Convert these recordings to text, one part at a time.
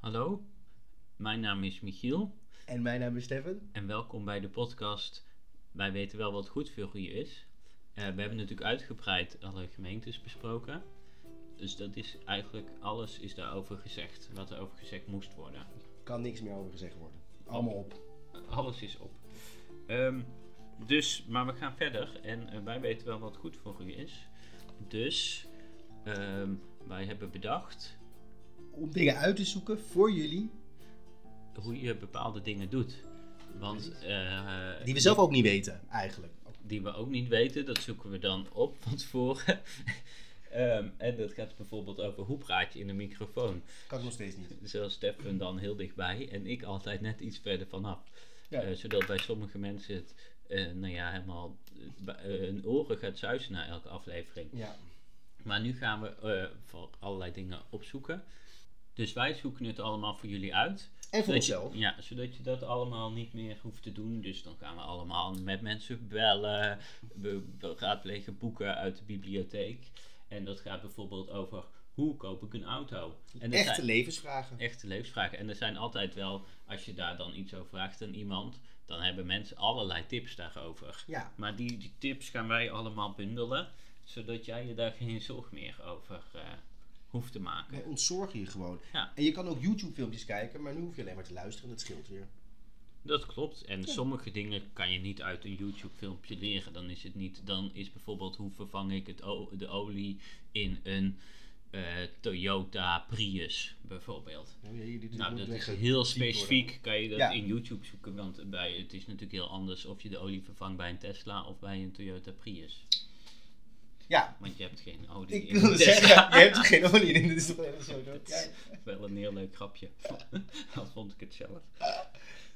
Hallo, mijn naam is Michiel En mijn naam is Stefan. en welkom bij de podcast Wij weten wel wat goed voor je is. Eh, we hebben natuurlijk uitgebreid alle gemeentes besproken. Dus dat is eigenlijk alles is daarover gezegd, wat er over gezegd moest worden. Kan niks meer over gezegd worden. Allemaal op. Alles is op. Ehm, dus, maar we gaan verder en eh, wij weten wel wat goed voor u is. Dus, ehm, wij hebben bedacht Om dingen uit te zoeken voor jullie hoe je bepaalde dingen doet. Want, eh, die we zelf ook niet weten, eigenlijk. die we ook niet weten, dat zoeken we dan op van tevoren. Ehm, en dat gaat bijvoorbeeld over hoe praat je in een microfoon. Kan ik nog steeds niet. Zoals Stefan dan heel dichtbij en ik altijd net iets verder vanaf. Ja. Eh, zodat bij sommige mensen het eh, nou ja, helemaal eh, bij- eh, hun oren gaat zuizen na elke aflevering. Ja. Maar nu gaan we eh, voor allerlei dingen opzoeken. Dus wij zoeken het allemaal voor jullie uit. En voor Zodat je- onszelf. ja, zodat je dat allemaal niet meer hoeft te doen. Dus dan gaan we allemaal met mensen bellen. We we raadplegen boeken uit de bibliotheek. En dat gaat bijvoorbeeld over hoe koop ik een auto. En dat Echte zijn levensvragen. echte levensvragen. En er zijn altijd wel, als je daar dan iets over vraagt aan iemand, dan hebben mensen allerlei tips daarover. Ja. Maar die, die tips gaan wij allemaal bundelen, zodat jij je daar geen zorg meer over eh, hoeft te maken. Wij ontzorgen je gewoon. Ja. En je kan ook YouTube filmpjes kijken, maar nu hoef je alleen maar te luisteren. Dat scheelt weer. Dat klopt. En sommige dingen kan je niet uit een YouTube filmpje leren. Dan is het niet. Dan is bijvoorbeeld hoe vervang ik het o- de olie in een eh, Toyota Prius bijvoorbeeld. Nou, ja, jullie- dit Nou, moet dat is echt heel diep worden. specifiek. Kan je dat Ja. in YouTube zoeken? Want bij, het is natuurlijk heel anders of je de olie vervangt bij een Tesla of bij een Toyota Prius. Ja. Want je hebt geen olie Ik in een wil Tesla. zeggen, je hebt er geen olie in. Dit is toch even zo. Dat, ja. Wel een heel leuk grapje. Al vond ik het zelf.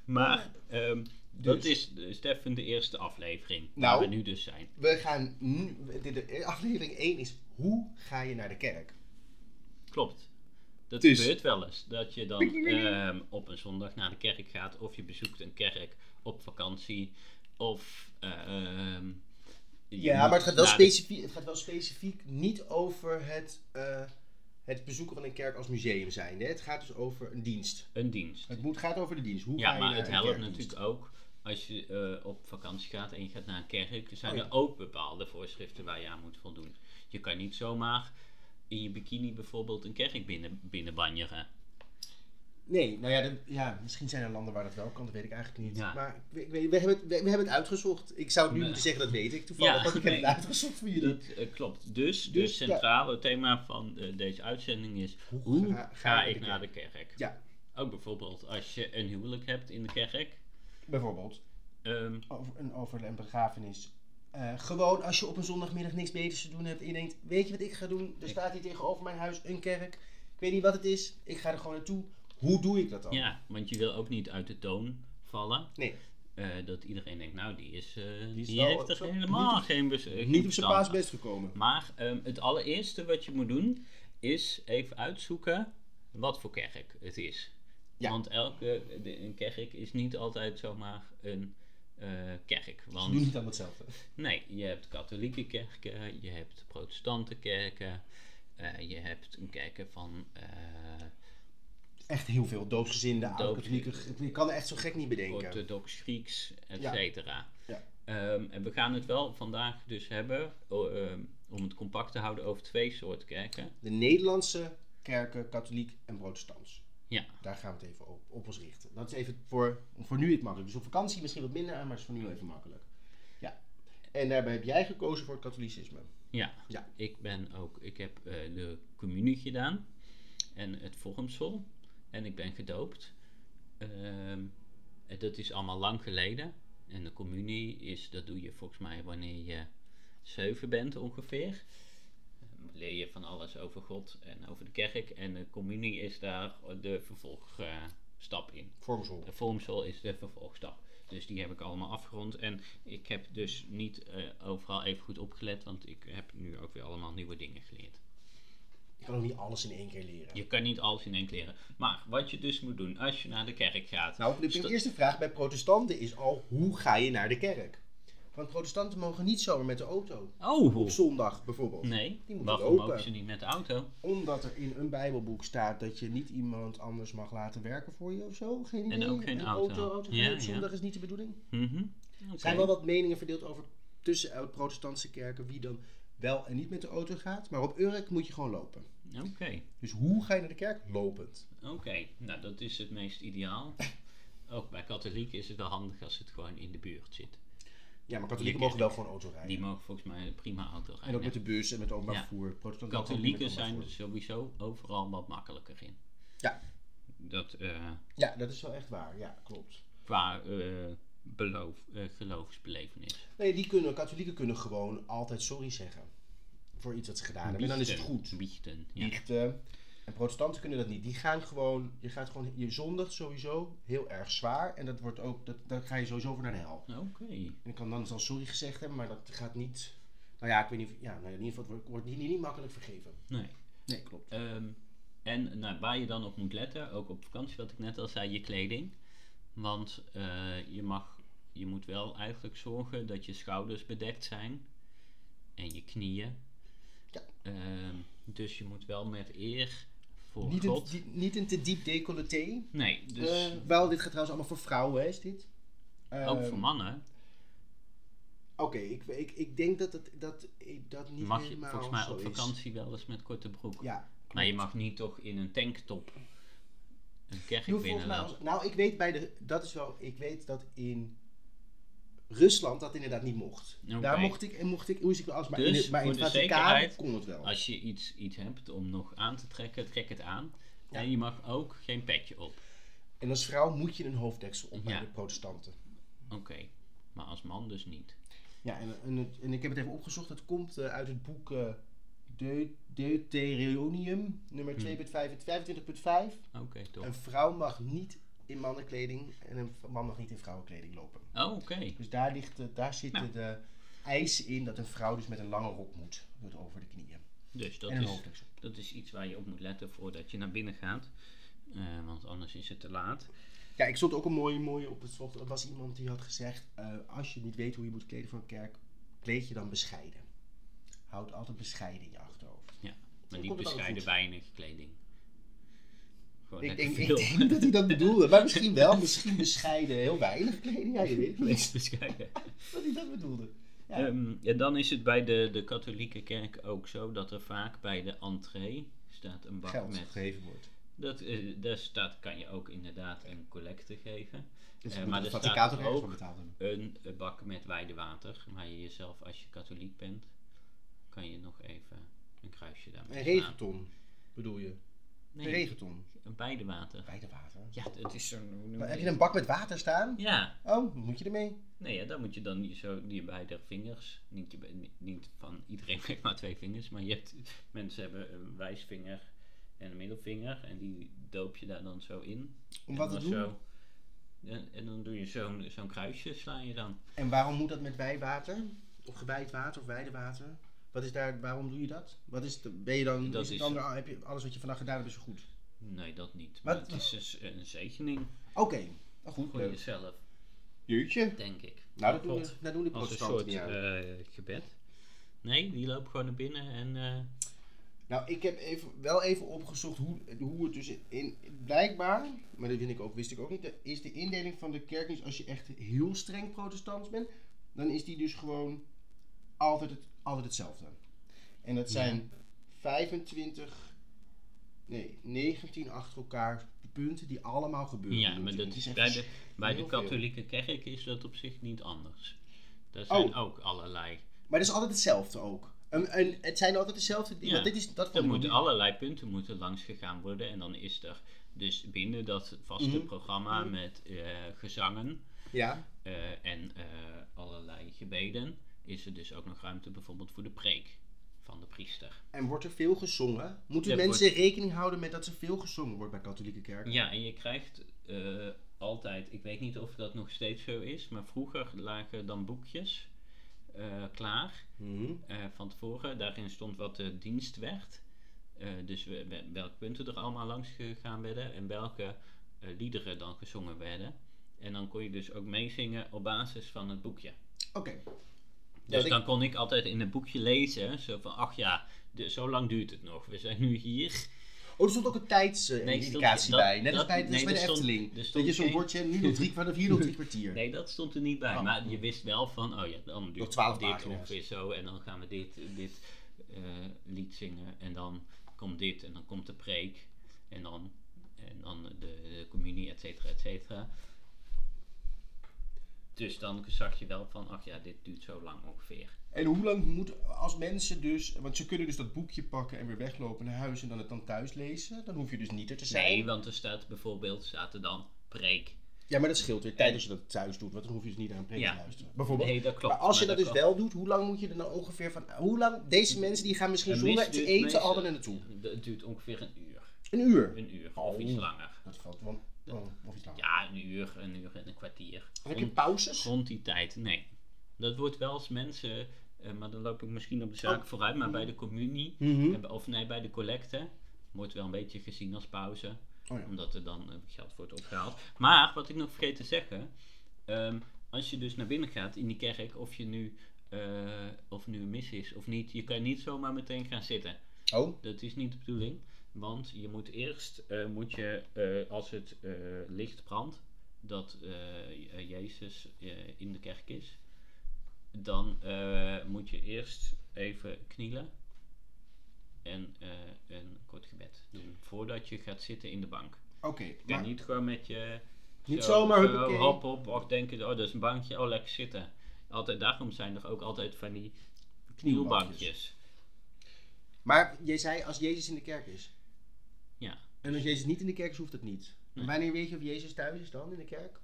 Maar ehm, dat Dus. is eh, Stefan de eerste aflevering. Nou. Waar we nu dus zijn. We gaan nu... dit- de- Aflevering 1 is, hoe ga je naar de kerk? Klopt. Dat Dus. gebeurt wel eens. Dat je dan ehm, op een zondag naar de kerk gaat. Of je bezoekt een kerk op vakantie. Of... ehm, je Ja, moet maar het gaat, wel naar de- specifiek, het gaat wel specifiek niet over het, eh, het bezoeken van een kerk als museum zijn. Hè? Het gaat dus over een dienst. Een dienst. Het moet, gaat over de dienst. Hoe ga Ja, je maar naar het een helpt kerkdienst? natuurlijk ook als je eh, op vakantie gaat en je gaat naar een kerk. Er zijn Oh ja. er ook bepaalde voorschriften waar je aan moet voldoen. Je kan niet zomaar in je bikini bijvoorbeeld een kerk binnen, binnenbanjeren. Nee, nou ja, dat- ja, misschien zijn er landen waar dat wel kan, dat weet ik eigenlijk niet. Ja. Maar ik, weet- ik weet- we, hebben het, we, we hebben het uitgezocht. Ik zou het nu Nee. moeten zeggen, dat weet ik toevallig, Ja, want ik heb nee. het uitgezocht voor jullie. Dat eh, klopt. Dus, dus, Dus, ja. centrale thema van eh, deze uitzending is... Hoe, ga- ga, ga je ik de naar de kerk? Ja, Ook bijvoorbeeld als je een huwelijk hebt in de kerk. bijvoorbeeld Ehm, over, een over en begrafenis. Eh, gewoon als je op een zondagmiddag niks beters te doen hebt en je denkt, weet je wat ik ga doen? Er Ik- staat hier tegenover mijn huis een kerk. Ik weet niet wat het is, ik ga er gewoon naartoe. Hoe doe ik dat dan? ja, want je wil ook niet uit de toon vallen. Nee, Eh, dat iedereen denkt, nou die is, eh, die, is wel- heeft er zo- helemaal niet op- geen bes- eh, geen niet op zijn verstand van. paasbest gekomen. Maar ehm, het allereerste wat je moet doen is even uitzoeken wat voor kerk het is. Ja. Want elke de- een kerk is niet altijd zomaar een eh, kerk. Ze doen Want niet allemaal hetzelfde. nee, je hebt katholieke kerken, je hebt protestante kerken, eh, je hebt een kerken van. eh, Echt heel veel doopsgezinden, oude Doopsgezinden. katholieken. Ik kan er echt zo gek niet bedenken. orthodox Grieks, et Ja. cetera. Ja. Ehm, en we gaan het wel vandaag dus hebben, o- ehm, om het compact te houden, over twee soorten kerken. De Nederlandse kerken, katholiek en protestants. Ja, Daar gaan we het even op, op ons richten. Dat is even voor, voor nu het makkelijk. Dus op vakantie misschien wat minder aan, maar is voor nu even makkelijk. Ja. En daarbij heb jij gekozen voor het katholicisme. ja. Ja. Ik ben ook, ik heb eh, de communie gedaan en het vormsel en ik ben gedoopt. Ehm, en dat is allemaal lang geleden. En de communie is, dat doe je volgens mij wanneer je zeven bent ongeveer. Dan Leer je van alles over God en over de kerk. En de communie is daar de vervolgstap in. Vormsel. De vormsel is de vervolgstap. Dus die heb ik allemaal afgerond. En ik heb dus niet eh, overal even goed opgelet, want ik heb nu ook weer allemaal nieuwe dingen geleerd. Je kan ook niet alles in één keer leren. Je kan niet alles in één keer leren. Maar wat je dus moet doen als je naar de kerk gaat. Nou, de, de Sta- eerste vraag bij protestanten is al, hoe ga je naar de kerk? Want protestanten mogen niet zomaar met de auto. Oh! Op zondag bijvoorbeeld. Nee, Die moeten waarom open. mogen ze niet met de auto? Omdat er in een bijbelboek staat dat je niet iemand anders mag laten werken voor je of zo. Geen idee. En ook geen Een auto. auto, auto Ja, op zondag ja. is niet de bedoeling. Mhm. Oké. Er zijn wel wat meningen verdeeld over tussen eh, protestantse kerken wie dan wel en niet met de auto gaat. Maar op Urk moet je gewoon lopen. Oké, Dus hoe ga je naar de kerk? Lopend. oké. Nou, dat is het meest ideaal. Ook bij katholieken is het wel handig als het gewoon in de buurt zit. Ja, maar katholieken Je mogen kerk. wel gewoon auto rijden. Die mogen volgens mij een prima auto En ook rijden. met de bus en met openbaar Ja. vervoer. Protestanten ook niet Katholieken met openbaar zijn er vervoer. sowieso overal wat makkelijker in. Ja. Dat eh, Ja, dat is wel echt waar. Ja, klopt. qua eh, beloof, eh, geloofsbelevenis. Nee, die kunnen, katholieken kunnen gewoon altijd sorry zeggen. Voor iets wat ze gedaan hebben. En dan is het Biechten, goed. Biechten, ja. Biechten. En protestanten kunnen dat niet. Die gaan gewoon, je gaat gewoon, je zondigt sowieso heel erg zwaar. En dat wordt ook, dat, daar ga je sowieso voor naar de hel. Oké. En ik kan dan al sorry gezegd hebben, maar dat gaat niet. Nou ja, ik weet niet. of- Ja, nou ja, in ieder geval het wordt, wordt niet, niet makkelijk vergeven. Nee. Nee, klopt. Ehm, en nou, waar je dan op moet letten, ook op vakantie, wat ik net al zei, je kleding. Want eh, je, mag, je moet wel eigenlijk zorgen dat je schouders bedekt zijn en je knieën. Ja. Ehm, dus je moet wel met eer voor Niet een, Oh, God. die- niet een te diep decolleté. Nee, dus Eh, wel, dit gaat trouwens allemaal voor vrouwen, hè, is dit? Eh, ook voor mannen Oké, ik, ik, ik denk dat het, dat, ik dat niet mag je helemaal volgens mij zo op is. vakantie wel eens met korte broek. Ja. maar je klopt. mag niet toch in een tanktop een Je kerk hoeft volgens mij binnenlopen. als- nou, ik weet bij de. Dat is wel. Ik weet dat in Rusland dat inderdaad niet mocht. Oké. Daar mocht ik en mocht ik. Hoe is ik wel als? Maar in Dus het, maar in voor het de Vaticaan zekerheid, kon het wel. Als je iets, iets hebt om nog aan te trekken, trek het aan. Ja. En je mag ook geen petje op. En als vrouw moet je een hoofddeksel op bij Ja. de protestanten. Oké, maar als man dus niet. Ja, en, en, het- en ik heb het even opgezocht. Het komt eh, uit het boek eh, Deut- Deuterionium, Hmm. nummer 2.25.5. Oké, toch? Een vrouw mag niet in mannenkleding en een v- man mag niet in vrouwenkleding lopen. Oh, Oké, Dus daar, ligt, de- daar zitten Nou. de eisen in dat een vrouw dus met een lange rok moet. Tot over de knieën. dus dat en een is, hoofddeksel. dat is iets waar je op moet letten voordat je naar binnen gaat. Eh, want anders is het te laat. Ja, ik stond ook een mooie, mooie op het slot. Er was iemand die had gezegd, eh, als je niet weet hoe je moet kleden voor een kerk, kleed je dan bescheiden. Houd altijd bescheiden in je achterhoofd. Maar niet Dan komt het allemaal bescheiden goed. weinig kleding. Gewoon Ik net Oh, te denk, ik veel. denk dat hij dat bedoelde. Maar misschien wel, misschien bescheiden. Heel weinig kleding, ja, je weet niet Niet bescheiden. wat hij dat bedoelde. Ja. Ehm, en dan is het bij de, de katholieke kerk ook zo dat er vaak bij de entree staat een bak Geld Dus met gegeven wordt. Dat, eh, daar staat, kan je ook inderdaad een collecte geven. Dus Eh, moet maar het er Vaticaan staat toch ergens voor ook betaald hebben. een eh, bak met weidewater. Waar je jezelf, als je katholiek bent, kan je nog even een kruisje daarmee Een slaan. regenton, bedoel je? Nee, Een regenton. een weidewater. Bij de water. Ja, het is zo'n... hoe noem Maar je heb je dat? een bak met water staan? Ja, Oh, moet je ermee? nee, ja, dan moet je dan je zo je beide vingers, niet, je, be- niet- niet van iedereen heeft maar twee vingers, maar je hebt, mensen hebben een wijsvinger en een middelvinger en die doop je daar dan zo in. Om En wat te dan doen? Zo, en, en dan doe je zo'n zo'n kruisje, sla je dan. En waarom moet dat met wijwater? Of gewijd water of weidewater? Wat is daar, waarom doe je dat? Wat is de, ben je dan, Dat is het is- dan heb je alles wat je vandaag gedaan hebt is goed? Nee, dat niet. Maar Maar het is een, z- een zegening Oké, nou goed. voor leuk. jezelf, Jeetje. denk ik. Nou, dat doen, klopt. de, dat doen de Als een protestanten soort niet aan. eh, gebed. Nee, die loopt gewoon naar binnen en... eh, Nou, ik heb even, wel even opgezocht hoe, hoe het dus in, blijkbaar, maar dat vind ik ook, wist ik ook niet, is de indeling van de kerkdienst als je echt heel streng protestants bent, dan is die dus gewoon altijd, het, altijd hetzelfde. En dat zijn 25, nee, 19 achter elkaar punten die allemaal gebeuren. ja, maar dat natuurlijk. is Het bij echt de, bij de heel veel. katholieke kerk is dat op zich niet anders. Daar zijn Oh. ook allerlei... Maar dat is altijd hetzelfde ook. En, en het zijn altijd dezelfde dingen. Ja, want dit is, dat vond Er ik moeten ook- allerlei punten moeten langs gegaan worden. En dan is er dus binnen dat vaste Mhm. programma Mhm. met eh, gezangen... Ja, Eh, en eh, allerlei gebeden, is er dus ook nog ruimte bijvoorbeeld voor de preek van de priester. En wordt er veel gezongen? Moeten Ja, mensen rekening houden met dat er veel gezongen wordt bij katholieke kerken? Ja, en je krijgt eh, altijd, ik weet niet of dat nog steeds zo is, maar vroeger lagen dan boekjes eh, klaar eh, van tevoren. Daarin stond wat de dienst werd. Eh, dus we- we- welke punten er allemaal langs gegaan werden en welke eh, liederen dan gezongen werden. En dan kon je dus ook meezingen op basis van het boekje. Oké. Dus ik- dan kon ik altijd in een boekje lezen, zo van, ach ja, de- zo lang duurt het nog. We zijn nu hier. Oh, er stond ook een Nee, stond- tijdsindicatie dat- bij. Net als dat- bij, net als nee, bij de er stond- Efteling. er stond dat je zo'n geen- bordje hebt, nu nog drie kwartier, hier nog drie kwartier. Nee, dat stond er niet bij. Oh. Maar je wist wel van, oh ja, dan duurt 12 dit pagina's. ongeveer zo. En dan gaan we dit, dit eh, lied zingen. En dan komt dit. En dan komt de preek. En dan, en dan de, de communie, et cetera, et cetera. Dus dan zag je wel van, ach ja, dit duurt zo lang ongeveer. En hoe lang moet, als mensen dus, want ze kunnen dus dat boekje pakken en weer weglopen naar huis en dan het dan thuis lezen. Dan hoef je dus niet er te zijn. Nee, want er staat bijvoorbeeld, staat er dan preek. Ja, maar dat scheelt weer tijd als je dat thuis doet, want dan hoef je dus niet naar een preek Ja. te luisteren. Bijvoorbeeld. Nee, dat klopt. maar als je maar dat, dus wel doet, hoe lang moet je er nou ongeveer van, hoe lang, deze mensen die gaan misschien klopt. zonder Meestal te duurt- eten meestal- al naar naartoe. Het duurt ongeveer een uur. Een uur. Een uur, of iets Oh. langer. Dat valt wel, wel- of iets langer. Ja, een uur, een uur en een kwartier. Heb je Om- pauzes? rond die tijd, nee. Dat wordt wel als mensen, eh, maar dan loop ik misschien op de zaak Oh. vooruit, maar bij de communie, Mhm. eh, of nee, bij de collecte, wordt wel een beetje gezien als pauze, Oh ja. omdat er dan eh, geld wordt opgehaald. Maar, wat ik nog vergeten te zeggen, ehm, als je dus naar binnen gaat in die kerk, of je nu, eh, of nu een mis is of niet, je kan niet zomaar meteen gaan zitten. Oh, Dat is niet de bedoeling. Want je moet eerst, eh, moet je, eh, als het eh, licht brandt, dat eh, eh, Jezus eh, in de kerk is, dan eh, moet je eerst even knielen en eh, een kort gebed doen. Voordat je gaat zitten in de bank. oké. Je kan Maar niet gewoon met je. Niet zomaar, zo, huppakee. hop op, och, denken, oh dat is een bankje, oh lekker zitten. Altijd, daarom zijn er ook altijd van die knielbankjes. Maar jij zei als Jezus in de kerk is. Ja. En als Jezus niet in de kerk is, hoeft dat niet. Nee. En wanneer weet je of Jezus thuis is dan in de kerk?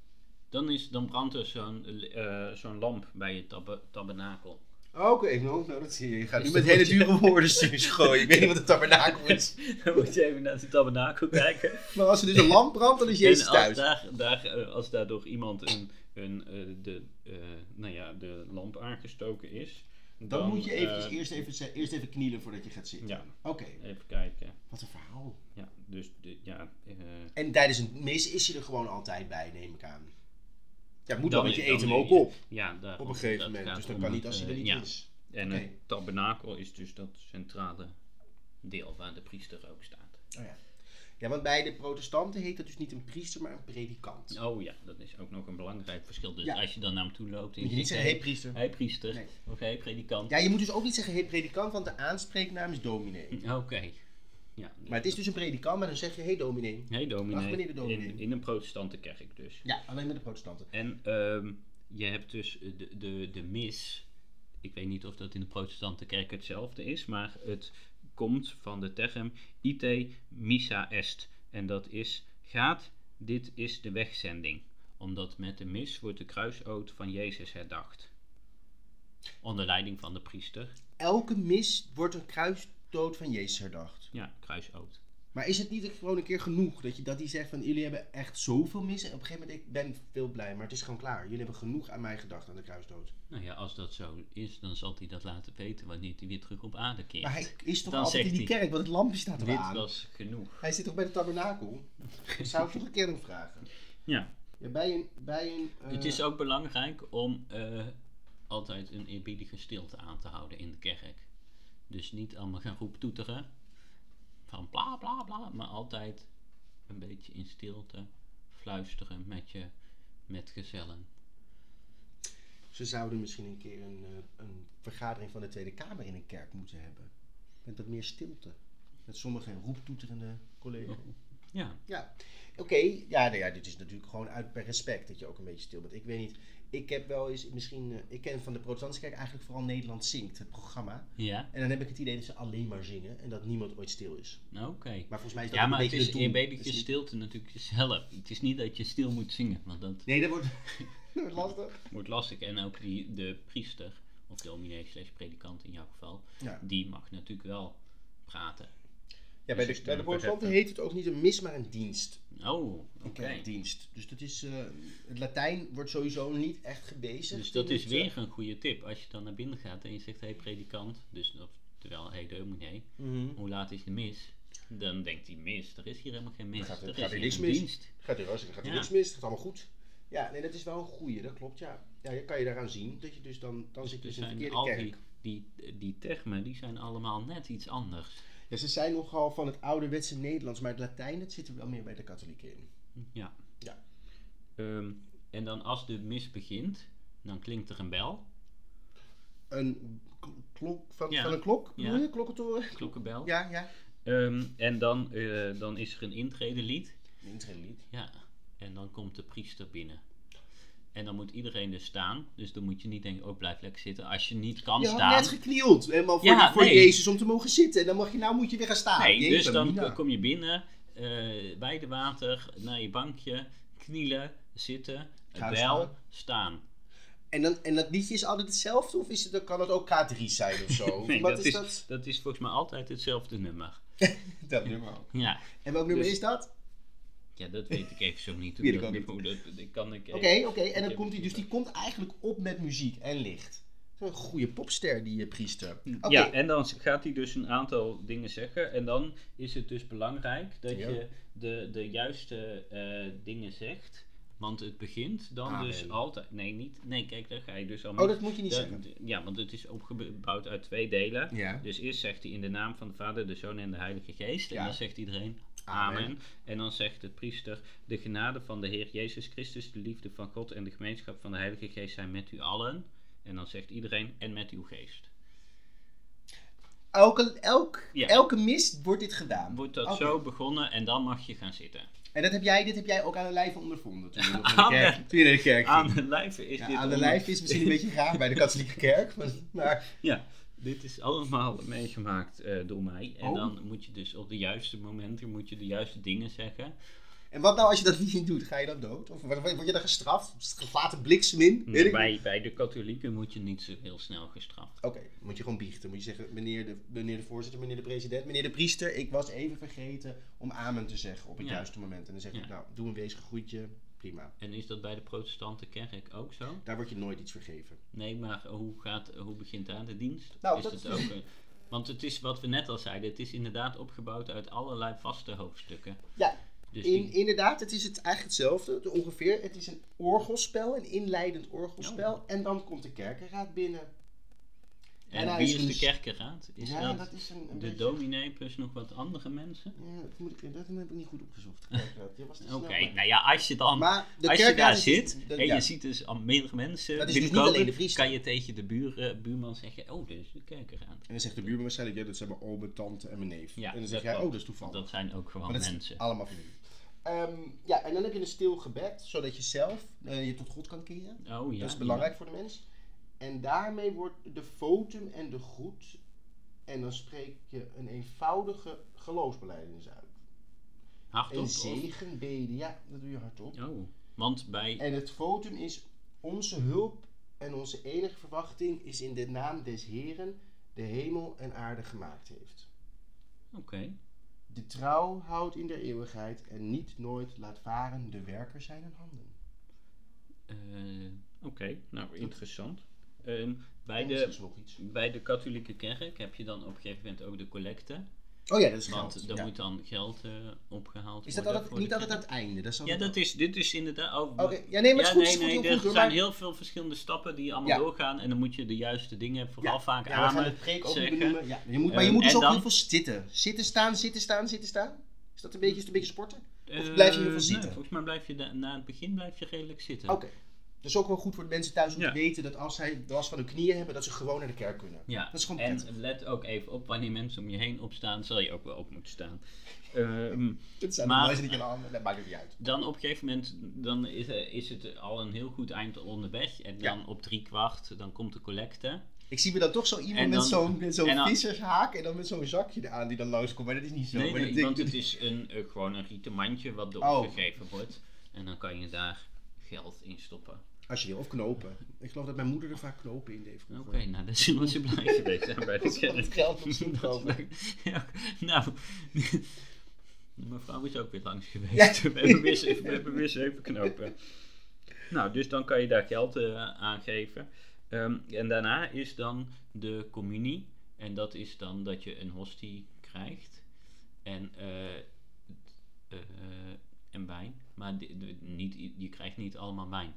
Dan, is, dan brandt er zo'n eh, zo'n lamp bij je tab tabernakel. Oké, nou, nou, dat zie je. Je gaat nu Dus met dan hele moet je- dure woorden stuurs gooien. Ik weet niet wat een tabernakel is. dan moet je even naar het tabernakel kijken. Maar als er dus een lamp brandt, dan is Jezus en als, thuis. Daar, daar, eh, als daardoor iemand een, een, eh, de, eh, nou ja, de lamp aangestoken is. Dan, Dan moet je eventjes eh, eerst, even, ze- eerst even knielen voordat je gaat zitten. Ja. Oké, Even kijken. wat een verhaal. Ja, dus de, ja, eh, En tijdens een mis is je er gewoon altijd bij, neem ik aan. Ja, het moet Dan- wel, want je dan eet hem ben ook je- op. ja, daar, Op een gegeven moment. Dus dat kan niet als eh, je er niet is. En Oké. het tabernakel is dus dat centrale deel waar de priester ook staat. Oh ja. ja, want bij de protestanten heet dat dus niet een priester, maar een predikant. Oh ja, dat is ook nog een belangrijk verschil. Dus Ja. als je dan naar hem toe loopt... en Moet je niet zeggen, hé priester. Hij priester. Nee. Of hij predikant. Ja, je moet dus ook niet zeggen, hé predikant, want de aanspreeknaam is dominee. Oké. Ja. Maar het is dus een predikant, maar dan zeg je, hé dominee. Hey dominee. Dag, meneer de dominee. In, in een protestante kerk dus. Ja, alleen met de protestanten. En ehm, je hebt dus de, de, de mis. Ik weet niet of dat in de protestante kerk hetzelfde is, maar het komt van de term ite missa est. En dat is gaat, dit is de wegzending. Omdat met de mis wordt de kruisoot van Jezus herdacht. Onder leiding van de priester. Elke mis wordt een kruisdood van Jezus herdacht. Ja, kruisoot. Maar is het niet gewoon een keer genoeg dat, je, dat die zegt van jullie hebben echt zoveel missen? En op een gegeven moment, ik ben veel blij, maar het is gewoon klaar. Jullie hebben genoeg aan mij gedacht aan de kruisdood. Nou ja, als dat zo is, dan zal hij dat laten weten wanneer hij weer terug op aarde keert. Maar hij is toch Dan altijd in zegt die kerk, want het lampje staat er wel Dit aan. was genoeg. Hij zit toch bij de tabernakel? Dat zou ik toch een keer hem vragen. Ja. Ja, bij een... Bij een eh, Het is ook belangrijk om eh, altijd een eerbiedige stilte aan te houden in de kerk. Dus niet allemaal gaan roep toeteren van bla bla bla, maar altijd een beetje in stilte fluisteren met je metgezellen. Ze zouden misschien een keer een, eh, een vergadering van de Tweede Kamer in een kerk moeten hebben. Met wat meer stilte. Met sommige roeptoeterende collega's. Oh. Ja, Ja, oké. Ja, nou ja, dit is natuurlijk gewoon uit per respect dat je ook een beetje stil bent. Ik weet niet, ik heb wel eens misschien... eh, ik ken van de protestantse kerk eigenlijk vooral Nederland Zingt, het programma. ja, En dan heb ik het idee dat ze alleen maar zingen en dat niemand ooit stil is. oké. Maar volgens mij is dat Ja, ook maar een het beetje is de doel. eerbiedige Dus niet- stilte natuurlijk zelf. Het is niet dat je stil moet zingen, want dat Nee, dat wordt, dat wordt lastig. wordt lastig. En ook die, de priester, of dominee slash predikant in jouw geval, Ja. die mag natuurlijk wel praten. Ja, bij Dus de, ik bij de denk protestanten perfect. heet het ook niet een mis, maar een dienst. Oh, oké. Een kerkdienst. Dus dat is, eh, het Latijn wordt sowieso niet echt gebezigd. Dus dat in is het, weer een goede tip. Als je dan naar binnen gaat en je zegt, hé hey, predikant, dus, of, terwijl, hé hey, dominee, eh, mhm. hoe laat is de mis? Dan denkt hij mis, er is hier helemaal geen mis. Gaat er- er gaat is er hier niks een mis? Dus dienst. Gaat er, gaat er Ja. niks mis, het gaat allemaal goed. Ja, nee, dat is wel een goeie, dat klopt, ja. Ja, je kan je daaraan zien, dat je dus dan, dan zit je Er dus in de zijn verkeerde al kerk. die, die, die termen, die zijn allemaal net iets anders. Ja, ze zijn nogal van het ouderwetse Nederlands, maar het Latijn, dat zit er wel meer bij de katholieken in. Ja. Ja. Ehm, en dan als de mis begint, dan klinkt er een bel, Een k- klok, van, Ja. van een klok, Ja. bedoel je? Klokkentoren? klokkenbel. Ja, ja. Ehm, en dan, eh, dan is er een intredelied. Intrelied. Ja. En dan komt de priester binnen. En dan moet iedereen dus staan. Dus dan moet je niet denken, oh blijf lekker zitten. Als je niet kan Je had staan. net geknield, helemaal voor, Ja, die- voor nee. Jezus om te mogen zitten. En dan mag je, nou moet je weer gaan staan. Nee, Jezus, dus dan Mina. ko- kom je binnen, eh, bij de water, naar je bankje, knielen, zitten, Ga bel, staan. staan. En, dan, en dat liedje is altijd hetzelfde? Of is het, dan kan het ook K3 zijn of zo? Nee, Wat dat, is, is, dat? dat? is volgens mij altijd hetzelfde nummer. Dat nummer ook. Ja, En welk nummer Dus- is dat? ja dat weet ik even zo niet. Weet Hoe ik dat, ook niet. hoe dat, dat kan ik Oké, oké. En dan komt hij dus, die komt eigenlijk op met muziek en licht. Een goede popster, die eh, priester. Oké, Hm, Ja, en dan gaat hij dus een aantal dingen zeggen. En dan is het dus belangrijk dat Ja. je de, de juiste eh, dingen zegt. Want het begint dan Amen. dus altijd. Nee, niet. Nee, kijk, daar ga je dus allemaal. Ah, Oh, dat moet je niet Ja, zeggen. d- Ja, want het is opgebouwd uit twee delen. Ja. Dus eerst zegt hij in de naam van de Vader, de Zoon en de Heilige Geest. Ja. En dan zegt iedereen Amen. Amen. En dan zegt de priester, de genade van de Heer Jezus Christus, de liefde van God en de gemeenschap van de Heilige Geest zijn met u allen. En dan zegt iedereen, en met uw geest. Elke, elk, Ja. elke mis wordt dit gedaan. Wordt dat Oké. zo begonnen en dan mag je gaan zitten. En dat heb jij, dit heb jij ook aan de lijve ondervonden toen je, nog naar de Amen. kerk, toen je naar de kerk ging. Aan de lijve is Ja, dit... aan de onder- lijf is misschien een beetje graag bij de katholieke kerk. Maar, maar Ja, dit is allemaal meegemaakt eh, door mij. En Oh. dan moet je dus op de juiste momenten moet je de juiste dingen zeggen. en wat nou als je dat niet doet? Ga je dan dood? Of word word je dan gestraft? Slaat een bliksem in? Weet ik niet. bij, bij de katholieken moet je niet zo heel snel gestraft. Oké, moet je gewoon biechten. Moet je zeggen, meneer de, meneer de voorzitter, meneer de president, meneer de priester, ik was even vergeten om amen te zeggen op het Ja. juiste moment. En dan zeg ik, Ja. nou, doe een wees groetje, prima. En is dat bij de protestante kerk ook zo? Daar word je nooit iets vergeven. Nee, maar hoe, gaat, hoe begint daar de dienst? Nou, is dat het is- ook, eh, want het is wat we net al zeiden, het is inderdaad opgebouwd uit allerlei vaste hoofdstukken. Ja, Dus in, die- inderdaad, het is het eigenlijk hetzelfde, het- ongeveer. Het is een orgelspel, een inleidend orgelspel. En dan komt de kerkenraad binnen. en en hij wie is is de dus- kerkenraad? Is ja, dat, dat is een, de een beetje- dominee plus nog wat andere mensen? Ja, dat, moet ik, dat heb ik niet goed opgezocht. de kerkenraad. Je was te Oké, snel, maar- nou ja, als je dan... Maar de als je kerkraad daar is- zit de- en ja. je ziet dus al meerdere mensen Dat is dus niet binnenkomen, alleen de priester. kan je tegen de buur, eh, buurman zeggen, oh, dit is de kerkenraad. En dan zegt de buurman waarschijnlijk, ja, dat zijn mijn oom, mijn tante en mijn neef. Ja, en dan dat zeg jij, klopt. oh, dat is toevallig. Dat zijn ook gewoon Maar dat is mensen. allemaal van jullie. Ehm, ja, en dan heb je een stil gebed, zodat je zelf eh, je tot God kan keren. Oh ja. dat is ja. belangrijk voor de mens. En daarmee wordt de fotum en de groet. En dan spreek je een eenvoudige geloofsbelijdenis uit. Hardop. Een of- zegenbede, ja, dat doe je hardop. Oh, want bij. En het fotum is onze hulp en onze enige verwachting is in de naam des Heren, de hemel en aarde gemaakt heeft. Oké. De trouw houdt in der eeuwigheid en niet nooit laat varen de werker zijn en handen. eh, Oké, nou interessant. Ehm, bij, Anders de, is er nog iets. bij de katholieke kerk heb je dan op een gegeven moment ook de collecte. Oh ja, dat is geld. Want daar ja. moet dan geld eh, opgehaald Is dat worden. altijd, voor niet de altijd aan kerk. het einde? Dat is Ja, altijd- dat is, dit is inderdaad. Oh, Oké, ja, nee, maar het ja, is goed, nee, het is goed, nee, heel er goed. hoor, zijn maar- heel veel verschillende stappen die allemaal Ja. doorgaan. En dan moet je de juiste dingen vooral Ja, vaak ja, we gaan amen het preek ook niet zeggen. benoemen. Ja, je moet, maar je Ehm, moet dus en ook dan- heel veel zitten. Zitten, staan, zitten, staan, zitten, staan. Is dat een beetje, is het een beetje sporten? Of Eh, blijf je heel veel nee, zitten? volgens mij blijf je da- na het begin blijf je redelijk zitten. Oké. Dat is ook wel goed voor de mensen thuis om Ja. te weten dat als zij last van hun knieën hebben, dat ze gewoon naar de kerk kunnen. Ja, Dat is gewoon en prettig. let ook even op wanneer mensen om je heen opstaan, zal je ook wel op moeten staan. Ehm, Het zijn maar- maar... die aan handen, dat maakt het niet uit. dan op een gegeven moment dan is, eh, is het al een heel goed eind onderweg. En Ja. dan op drie kwart, dan komt de collecte. Ik zie me dan toch zo iemand En met dan- zo'n met zo'n en dan- vissershaak en dan met zo'n zakje eraan die dan langskomt. Maar dat is niet zo. Nee, maar nee, dat want ding- het is een, eh, gewoon een rieten mandje wat Oh. doorgegeven wordt. En dan kan je daar geld in stoppen. Als je wil, of knopen. Ik geloof dat mijn moeder er vaak knopen in deed Oké, vroeger. nou dat zullen ze blij geweest zijn bij Dat de ze wat kerk. geld op Dat zoek komen. is leuk. Ja, nou, mevrouw is ook weer langs geweest. We, hebben weer, zeven- we hebben weer zeven knopen. Nou, dus dan kan je daar geld eh, aan geven. Ehm, en daarna is dan de communie. En dat is dan dat je een hostie krijgt. En eh, eh, en wijn. Maar di- di- niet, i- je krijgt niet allemaal wijn.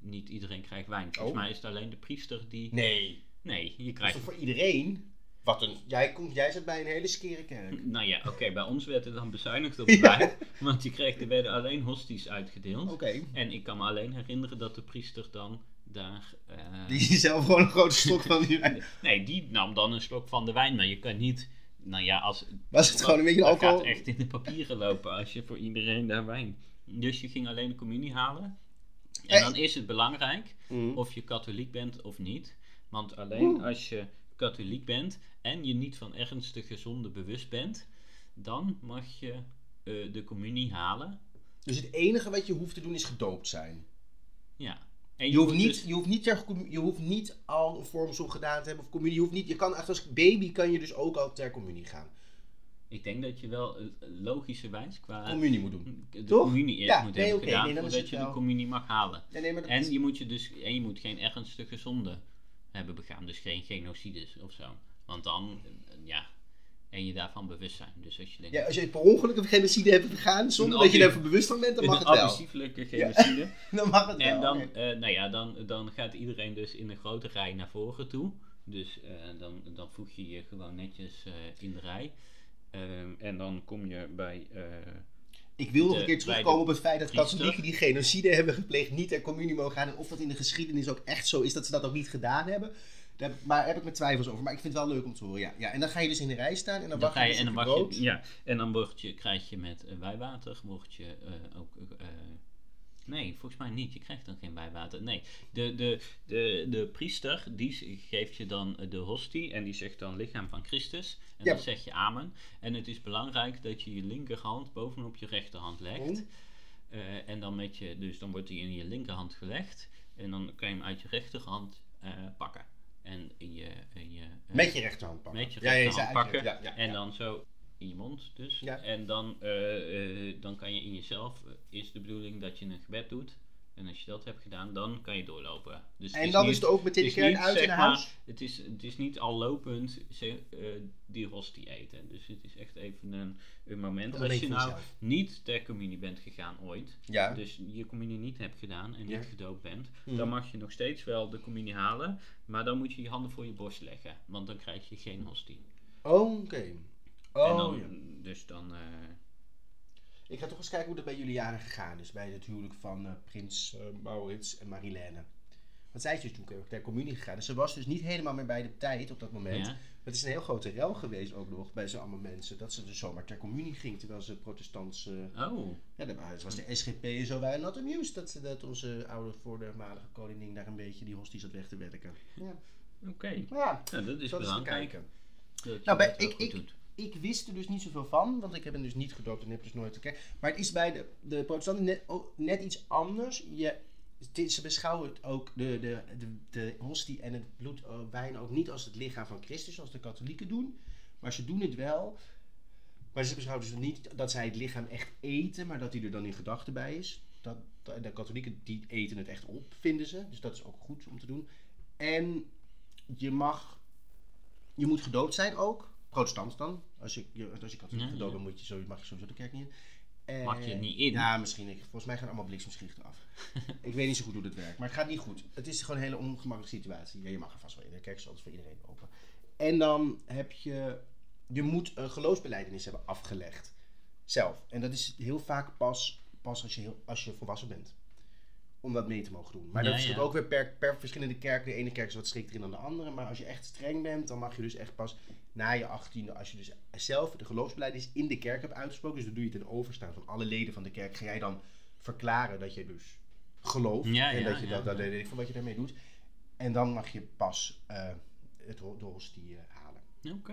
Niet iedereen krijgt wijn. Volgens Oh. mij is het alleen de priester die... Nee. Nee, je Dat is krijgt... toch voor iedereen? Wat een... Jij, komt, jij zat bij een hele skere kerk. Nou ja, oké, bij ons werd er dan bezuinigd op wijn. Want je kreeg, er werden alleen hosties uitgedeeld. Oké. En ik kan me alleen herinneren dat de priester dan daar... eh, Die is zelf gewoon een grote stok van die wijn. Nee, die nam dan een slok van de wijn. Maar je kan niet... Nou ja, als... Was het gewoon een beetje dat alcohol? gaat echt in de papieren lopen als je voor iedereen daar wijn... Dus je ging alleen de communie halen. En Echt? dan is het belangrijk Eh. Mm. of je katholiek bent of niet. Want alleen als je katholiek bent en je niet van ernstige zonde bewust bent, dan mag je eh, de communie halen. Dus het enige wat je hoeft te doen is gedoopt zijn. Ja. En Je hoeft moet niet, dus- je hoeft niet, ter, commu- je hoeft niet al een vormsel gedaan te hebben of communie. Je hoeft niet, je kan echt als baby kan je dus ook al ter communie gaan. ik denk dat je wel eh, logischerwijs qua Communie moet doen. de Toch? communie eerst Ja, moet nee, hebben oké, gedaan nee, dan is voordat het je de wel- communie mag halen. Nee, nee, maar dat En is- je moet, je dus, en je moet geen ernstige zonde hebben begaan. Dus geen genocides of zo. Want dan, eh, ja, en je daarvan bewust zijn. Dus als je denkt, ja, als je per ongeluk een genocide hebt begaan, zonder Een dat je abus- daarvoor bewust van bent, dan mag een het wel. abusieflijke genocide. Dan mag het wel. En dan, oké. eh, nou ja, dan, dan gaat iedereen dus in een grote rij naar voren toe. Dus eh, dan, dan voeg je je gewoon netjes eh, in de rij. Ehm, en dan kom je bij. eh, Ik wil nog de- een keer terugkomen op het feit dat priester- katholieken die genocide hebben gepleegd niet ter communie mogen gaan. En of dat in de geschiedenis ook echt zo is dat ze dat ook niet gedaan hebben. Daar heb ik- maar heb ik mijn twijfels over. Maar ik vind het wel leuk om te horen. Ja, ja. En dan ga je dus in de rij staan en dan, dan wacht ga je, dus en dan op wacht brood. je. Ja, en dan word je, krijg je met eh, wijwater. Word je eh, ook. eh, nee, volgens mij niet. Je krijgt dan geen wijwater. Nee. De, de, de, de priester die z- geeft je dan eh, de hostie. En die zegt dan lichaam van Christus. En Ja. dan zeg je amen. En het is belangrijk dat je je linkerhand bovenop je rechterhand legt. Oh. Eh, en dan met je, dus dan wordt die in je linkerhand gelegd. En dan kan je hem uit je rechterhand eh, pakken. En in je, in je, eh, Met je rechterhand pakken. met je Ja, ja, je rechterhand zei pakken. uitje. Ja, ja, en ja. dan zo in je mond dus. Ja. En dan, eh, eh, dan kan je in jezelf, eh, is de bedoeling dat je een gebed doet. En als je dat hebt gedaan, dan kan je doorlopen. Dus En dan is het ook meteen de is kerk niet, uit en zeg naar maar, huis. het is, het is niet al lopend ze- eh, die hostie eten. Dus het is echt even een, een moment. Als Een moment je voor nou jezelf. niet ter communie bent gegaan ooit, Ja. dus je communie niet hebt gedaan en niet Ja. gedoopt bent, Mhm. dan mag je nog steeds wel de communie halen, maar dan moet je je handen voor je borst leggen, want dan krijg je geen hostie. Oh, Oké. en Oh, dan, ja. Dus dan, eh, Ik ga toch eens kijken hoe dat bij jullie jaren gegaan is. Bij het huwelijk van eh, prins eh, Maurits en Marilène. Want zij is dus toen ter communie gegaan. Dus ze was dus niet helemaal meer bij de tijd op dat moment. ja. Het is een heel grote rel geweest ook nog bij zo'n allemaal mensen. Dat ze dus zomaar ter communie ging. Terwijl ze protestants... eh, Oh, ja, dat was- was de SGP en zo. Wij not amused dat, ze- dat onze oude voormalige koningin daar een beetje die hostie zat weg te werken. Ja, oké. maar ja Nou, dat is dat is te belangrijk. kijken. dat je Nou, bij- dat wel ik- goed ik- doet. Ik wist er dus niet zoveel van, want ik heb hem dus niet gedoopt en heb dus nooit gekeken. Maar het is bij de, de protestanten net, ook net iets anders. Je, het is- Dus ze beschouwen het ook de, de, de, de hostie en het bloed eh, wijn ook niet als het lichaam van Christus, zoals de katholieken doen. Maar ze doen het wel. Maar ze beschouwen dus niet dat zij het lichaam echt eten, maar dat hij er dan in gedachten bij is. Dat, de katholieken die eten het echt op, vinden ze. Dus dat is ook goed om te doen. En je mag je moet gedood zijn ook. Protestant dan. Als je, je- als je katholiek Ja, gedood ja. bent, moet je, zo, mag je sowieso de kerk niet in. En- Mag je het niet in? eh, Ja, misschien. Ik, volgens mij gaan allemaal bliksemschichten af. ik weet niet zo goed hoe dat werkt, maar het gaat niet goed. Het is gewoon een hele ongemakkelijke situatie. Ja, je mag er vast wel in. De kerk is altijd voor iedereen open. En dan heb je... Je moet een geloofsbeleidenis hebben afgelegd. Zelf. En dat is heel vaak pas, pas als, je heel, als je volwassen bent. Om dat mee te mogen doen. Maar Ja, dat is ja. ook weer per, per verschillende kerk. De ene kerk is wat strikter in dan de andere. Maar als je echt streng bent, dan mag je dus echt pas na je achttiende... Als je dus zelf de geloofsbeleidenis in de kerk hebt uitgesproken. Dus dat doe je ten overstaan van alle leden van de kerk. Ga jij dan verklaren dat je dus gelooft. Ja, en ja, dat je ja, dat, dat ja. weet ik veel wat je daarmee doet. En dan mag je pas eh het ho- de hostie eh, halen. Oké,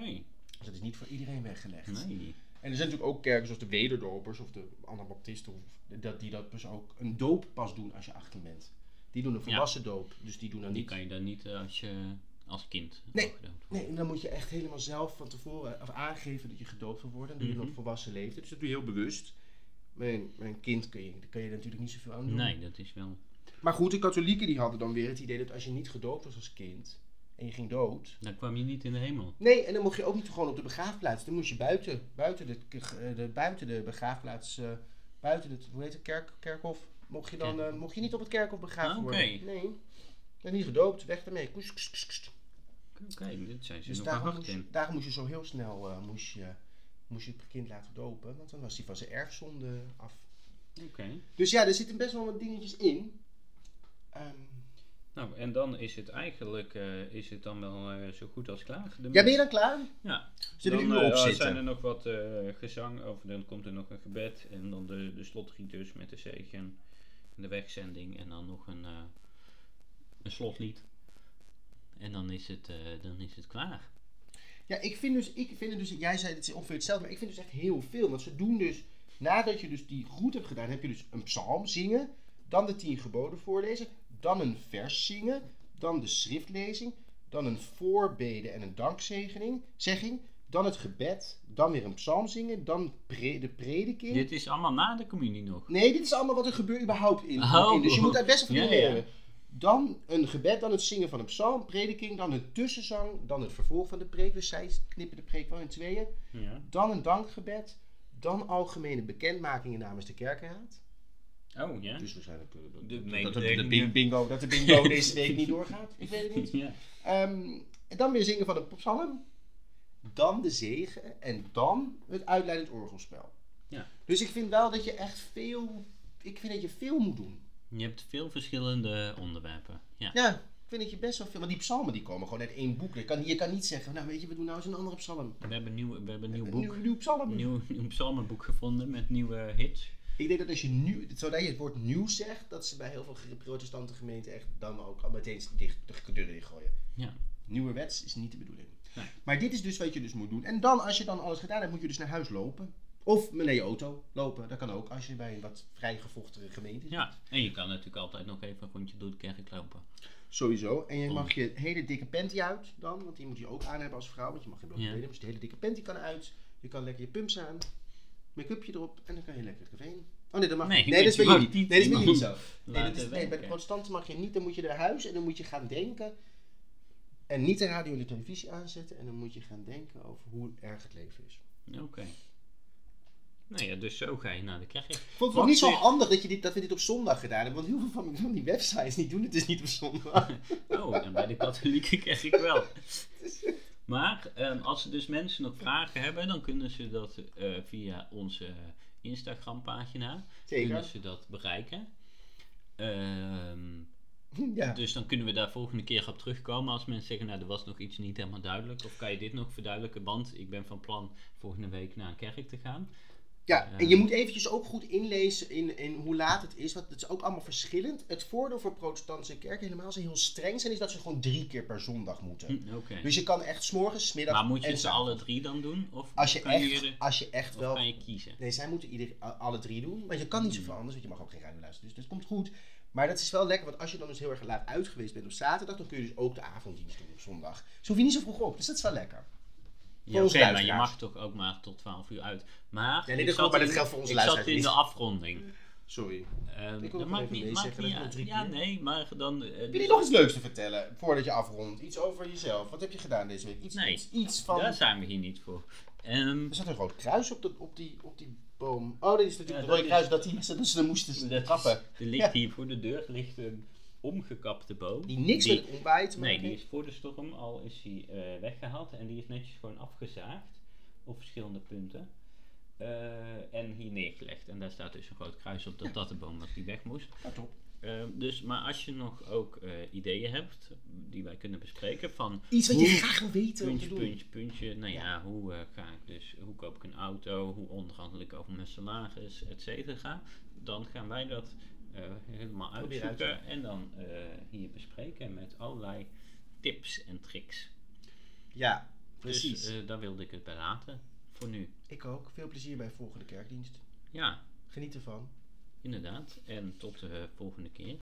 Dus dat is niet voor iedereen weggelegd. nee. En er zijn natuurlijk ook kerken zoals de wederdopers of de anabaptisten, of dat, die dat dus ook een doop pas doen als je 18 bent. Die doen een volwassen doop, dus die doen dan Die niet. kan je dan niet eh, als je als kind Nee, al gedoopt wordt. Nee, en dan moet je echt helemaal zelf van tevoren of aangeven dat je gedoopt wil worden. En doe je dan Mhm. op volwassen leeftijd, dus dat doe je heel bewust. Mijn, mijn kind kun je, daar kun je natuurlijk niet zoveel aan doen. Nee, dat is wel, Maar goed, de katholieken die hadden dan weer het idee dat als je niet gedoopt was als kind en je ging dood, dan kwam je niet in de hemel. Nee, en dan mocht je ook niet gewoon op de begraafplaats. Dan moest je buiten, buiten, de, eh, de, buiten de begraafplaats, eh, buiten het, hoe heet het, kerk, kerkhof, mocht je dan, eh, Kerkhof. mocht je niet op het kerkhof begraven Ah, oké. worden. Nee. En niet gedoopt, weg daarmee. Koes, koes, koes, koes. Oké, dit zijn ze Dus nog aan daarom het moest, je, wachten. daarom moest je zo heel snel eh, moest je, moest je het kind laten dopen, want dan was hij van zijn erfzonde af. Oké. Dus ja, er zitten best wel wat dingetjes in. Ehm, Nou, en dan is het eigenlijk eh, is het dan wel eh, zo goed als klaar. De ja, ben je mis- dan klaar? Ja. Zit er Dan, uur eh, op ja, zitten? zijn er nog wat eh, gezang, of dan komt er nog een gebed en dan de, de slotgieters met de zegen, de wegzending en dan nog een, eh, een slotlied. En dan is het, eh, dan is het klaar. Ja, ik vind dus, ik vind het dus, jij zei het is ongeveer hetzelfde, maar ik vind dus echt heel veel. Want ze doen dus, nadat je dus die goed hebt gedaan, heb je dus een psalm zingen, dan de tien geboden voorlezen, dan een vers zingen, dan de schriftlezing, dan een voorbeden en een dankzegening, zegging, dan het gebed, dan weer een psalm zingen, dan pre- de prediking. Dit is allemaal na de communie nog. Nee, dit is allemaal wat er gebeurt überhaupt in. Oh. in. Dus je moet daar best wel van Ja, leren. ja. Dan een gebed, dan het zingen van een psalm, prediking, dan een tussenzang, dan het vervolg van de preek. Dus zij knippen de preek wel in tweeën. Ja. Dan een dankgebed, dan algemene bekendmakingen namens de kerkenraad. Oh ja. Dus waarschijnlijk dat, dat, De dat, dat, de mededelingen. bing- bingo, dat de bingo deze week niet doorgaat. Ik weet het niet. ja. Ehm, en dan weer zingen van een psalm. Dan de zegen. En dan het uitleidend orgelspel. Ja. Dus ik vind wel dat je echt veel... Ik vind dat je veel moet doen. Je hebt veel verschillende onderwerpen. Ja. Ja, ik vind dat je best wel veel... Want die psalmen die komen gewoon uit één boek. Je kan, je kan niet zeggen, nou weet je, we doen nou eens een andere psalm. We hebben een nieuw, we hebben een nieuw Een boek. nieuw, nieuw psalm. Nieuw, nieuw psalmenboek gevonden met nieuwe hits. Ik denk dat als je nieuw... Zodat je het woord nieuw zegt... Dat ze bij heel veel protestante gemeenten echt dan ook al meteen dicht de deur in gooien. Ja. Nieuwerwets is niet de bedoeling. Nee. Maar dit is dus wat je dus moet doen. En dan, als je dan alles gedaan hebt, moet je dus naar huis lopen. Of naar je auto lopen. Dat kan ook, als je bij een wat vrijgevochtere gemeente zit. Ja, en je kan natuurlijk altijd nog even een rondje door de kerk lopen. Sowieso. En je mag je hele dikke panty uit dan. Want die moet je ook aan hebben als vrouw. Want je mag geen blote Ja. benen hebben. Dus de hele dikke panty kan uit. Je kan lekker je pumps aan. Make-upje erop. En dan kan je lekker het café in. Oh nee, dat mag Nee, niet. Nee, dat is bij je mag jullie. niet Nee, dat is bij jullie zo. iemand Nee, dat laten is, nee, bij de werken. protestanten mag je niet. Dan moet je naar huis en dan moet je gaan denken. En niet de radio en de televisie aanzetten. En dan moet je gaan denken over hoe erg het leven is. Oké. Nou ja, dus zo ga je naar de kerk. Ik vond het Wat ook niet zo zeg- handig dat, je dit, dat we dit op zondag gedaan hebben. Want heel veel van, van die websites die doen het dus niet op zondag. Oh, en bij de katholieke kerk wel. Maar ehm, als er dus mensen nog vragen hebben, dan kunnen ze dat eh, via onze Instagram pagina kunnen Zeker. ze dat bereiken. Ehm, Ja. dus dan kunnen we daar volgende keer op terugkomen als mensen zeggen, nou er was nog iets niet helemaal duidelijk. Of kan je dit nog verduidelijken, want ik ben van plan volgende week naar een kerk te gaan. Ja, Ja. en je moet eventjes ook goed inlezen in, in hoe laat het is, want het is ook allemaal verschillend. Het voordeel voor protestantse kerken, helemaal als ze heel streng zijn, is dat ze gewoon drie keer per zondag moeten. Hm, Oké. Dus je kan echt s'morgens, 's middags Maar moet je en ze s'avonds. alle drie dan doen? Of Als je kan echt, er- als je echt of wel... kan je Hm. kiezen? Nee, zij moeten ieder, a- alle drie doen, want je kan niet zoveel anders, want je mag ook geen radio luisteren, dus dat komt goed. Maar dat is wel lekker, want als je dan dus heel erg laat uit geweest bent op zaterdag, dan kun je dus ook de avonddienst doen op zondag. Dus hoef je niet zo vroeg op, dus dat is wel lekker. Ja, onze oké, maar je luisteraars. mag toch ook maar tot 12 uur uit. Maar, nee, ik zat dat klopt, maar in- dat geldt voor onze Ik zat in luisteraars de niet. afronding. Sorry. Ehm, Ik wil dat nog maakt even niet, nee maakt zeggen, niet dat uit. wil drie Ja, keer. nee, maar dan... eh, Heb dus- je nog iets leuks te vertellen voordat je afrondt? Iets over jezelf. Wat heb je gedaan deze week? Iets, Nee. iets, iets van. Daar zijn we hier niet voor. Ehm, Er zat een rood kruis op, de, op, die, op die boom. Oh, dat is natuurlijk Ja, het dat rode is- kruis dat die mensen dus dan moesten ze dat trappen. is- er ligt hier voor de deur ligt een omgekapte boom. Die niks met het ontbijt. te Nee, maken die heeft. is voor de storm al is die, eh, weggehaald en die is netjes gewoon afgezaagd op verschillende punten. Eh, en hier neergelegd. En daar staat dus een groot kruis op dat dat de boom was die weg moest. Ja, top. Eh, dus, maar als je nog ook eh, ideeën hebt die wij kunnen bespreken van Iets wat je graag wil weten om puntje, te doen. puntje, puntje. Nou ja, hoe eh, ga ik dus, hoe koop ik een auto, hoe onderhandel ik over mijn salaris, et cetera. Dan gaan wij dat eh, helemaal Probeer uit te uitzoeken en dan eh, hier bespreken met allerlei tips en tricks. Ja, Dus, precies. eh, daar wilde ik het bij laten voor nu. Ik ook. Veel plezier bij volgende kerkdienst. Ja, Geniet ervan. inderdaad. En tot de volgende keer.